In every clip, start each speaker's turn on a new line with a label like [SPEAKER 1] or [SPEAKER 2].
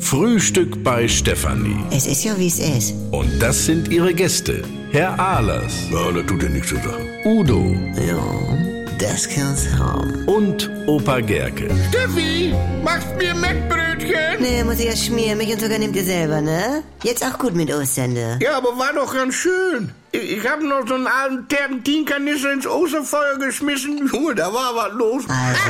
[SPEAKER 1] Frühstück bei Stefanie.
[SPEAKER 2] Es ist ja, wie es ist.
[SPEAKER 1] Und das sind ihre Gäste. Herr Ahlers,
[SPEAKER 3] Ja, das tut ja nichts zur Sache.
[SPEAKER 1] Udo
[SPEAKER 2] Ja, das kann's haben.
[SPEAKER 1] und Opa Gerke.
[SPEAKER 4] Steffi, machst mir Mettbrötchen?
[SPEAKER 2] Nee, Ne, muss ich ja schmieren. Mich und sogar nehmt ihr selber, ne? Jetzt auch gut mit Ostende.
[SPEAKER 4] Ja, aber war doch ganz schön. Ich, ich habe noch so einen alten Terpentinkanister ins Osterfeuer geschmissen. Junge, da war was los.
[SPEAKER 2] Also,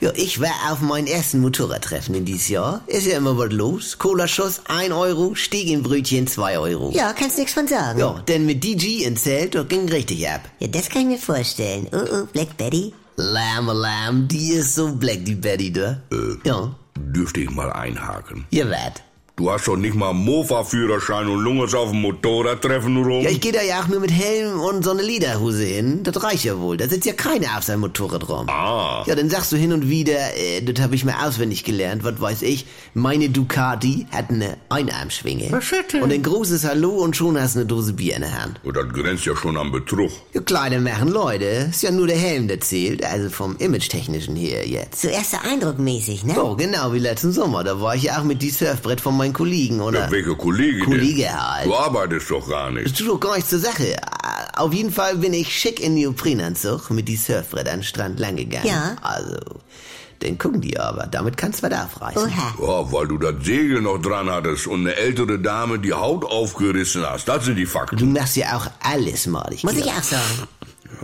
[SPEAKER 5] Ja, ich war auf meinem ersten Motorradtreffen in dieses Jahr. Ist ja immer was los. Colaschuss 1 Euro, Stegenbrötchen 2 Euro.
[SPEAKER 2] ja, kannst nix von sagen.
[SPEAKER 5] Ja, denn mit DG in Zelt, das ging richtig ab.
[SPEAKER 2] Ja, das kann ich mir vorstellen. Oh, oh, Black Betty.
[SPEAKER 5] Lamm, lamm, die ist so black, die Betty, da. Ja,
[SPEAKER 3] Dürfte ich mal einhaken.
[SPEAKER 5] ihr wart.
[SPEAKER 3] Du hast doch nicht mal Mofa-Führerschein und lungerst auf dem Motorradtreffen rum.
[SPEAKER 5] Ja, ich gehe da ja auch nur mit Helm und so eine Lederhose hin. Das reicht ja wohl. Da sitzt ja keiner auf seinem Motorrad rum.
[SPEAKER 3] ah,
[SPEAKER 5] Ja, dann sagst du hin und wieder, äh, das habe ich mir auswendig gelernt, was weiß ich. Meine Ducati hat eine Einarmschwinge.
[SPEAKER 4] Was hat denn?
[SPEAKER 5] Und ein großes Hallo und schon hast du eine Dose Bier in der Hand.
[SPEAKER 3] und das grenzt ja schon an Betrug.
[SPEAKER 5] Ja, Kleider machen Leute. Ist ja nur der Helm, der zählt. Also vom Image-Technischen her jetzt.
[SPEAKER 2] So erster Eindruck mäßig, ne?
[SPEAKER 5] So, genau wie letzten Sommer. Da war ich ja auch mit die Surfbrett von meinen Kollegen, oder?
[SPEAKER 3] Ja, welcher Kollege
[SPEAKER 5] Kollege
[SPEAKER 3] denn?
[SPEAKER 5] halt.
[SPEAKER 3] Du arbeitest doch gar nicht.
[SPEAKER 5] Das tut doch gar nichts zur Sache. Äh, Auf jeden Fall bin ich schick in Neoprenanzug mit die Surfbrett an den Strand lang gegangen.
[SPEAKER 2] Ja.
[SPEAKER 5] Also, dann gucken die aber. Damit kannst du was aufreißen.
[SPEAKER 2] Oha.
[SPEAKER 3] Ja, weil du das Segel noch dran hattest und eine ältere Dame die Haut aufgerissen hast. Das sind die
[SPEAKER 5] Du
[SPEAKER 3] Fakten.
[SPEAKER 5] machst ja auch alles malig.
[SPEAKER 2] Muss ich
[SPEAKER 5] glaub.
[SPEAKER 2] auch sagen.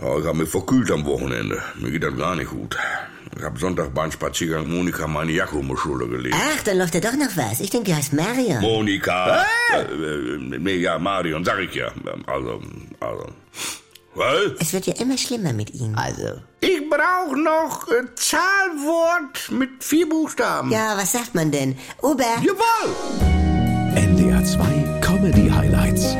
[SPEAKER 3] Ja, ich hab mich verkühlt am Wochenende. Mir geht das gar nicht gut. Ich hab Sonntag beim Spaziergang Monika meine Jacke um die Schulter gelegt.
[SPEAKER 2] Ach, dann läuft da doch noch was. Ich denke, die heißt Marion.
[SPEAKER 3] Monika. Äh, äh, nee, ja, Marion, sag ich ja. Ähm, Also, also. Was?
[SPEAKER 2] Es wird ja immer schlimmer mit ihm.
[SPEAKER 5] Also,
[SPEAKER 4] Ich brauch noch äh, Zahlwort mit vier Buchstaben.
[SPEAKER 2] Ja, was sagt man denn? Ober.
[SPEAKER 4] Jawohl!
[SPEAKER 1] NDR 2 Comedy Highlights.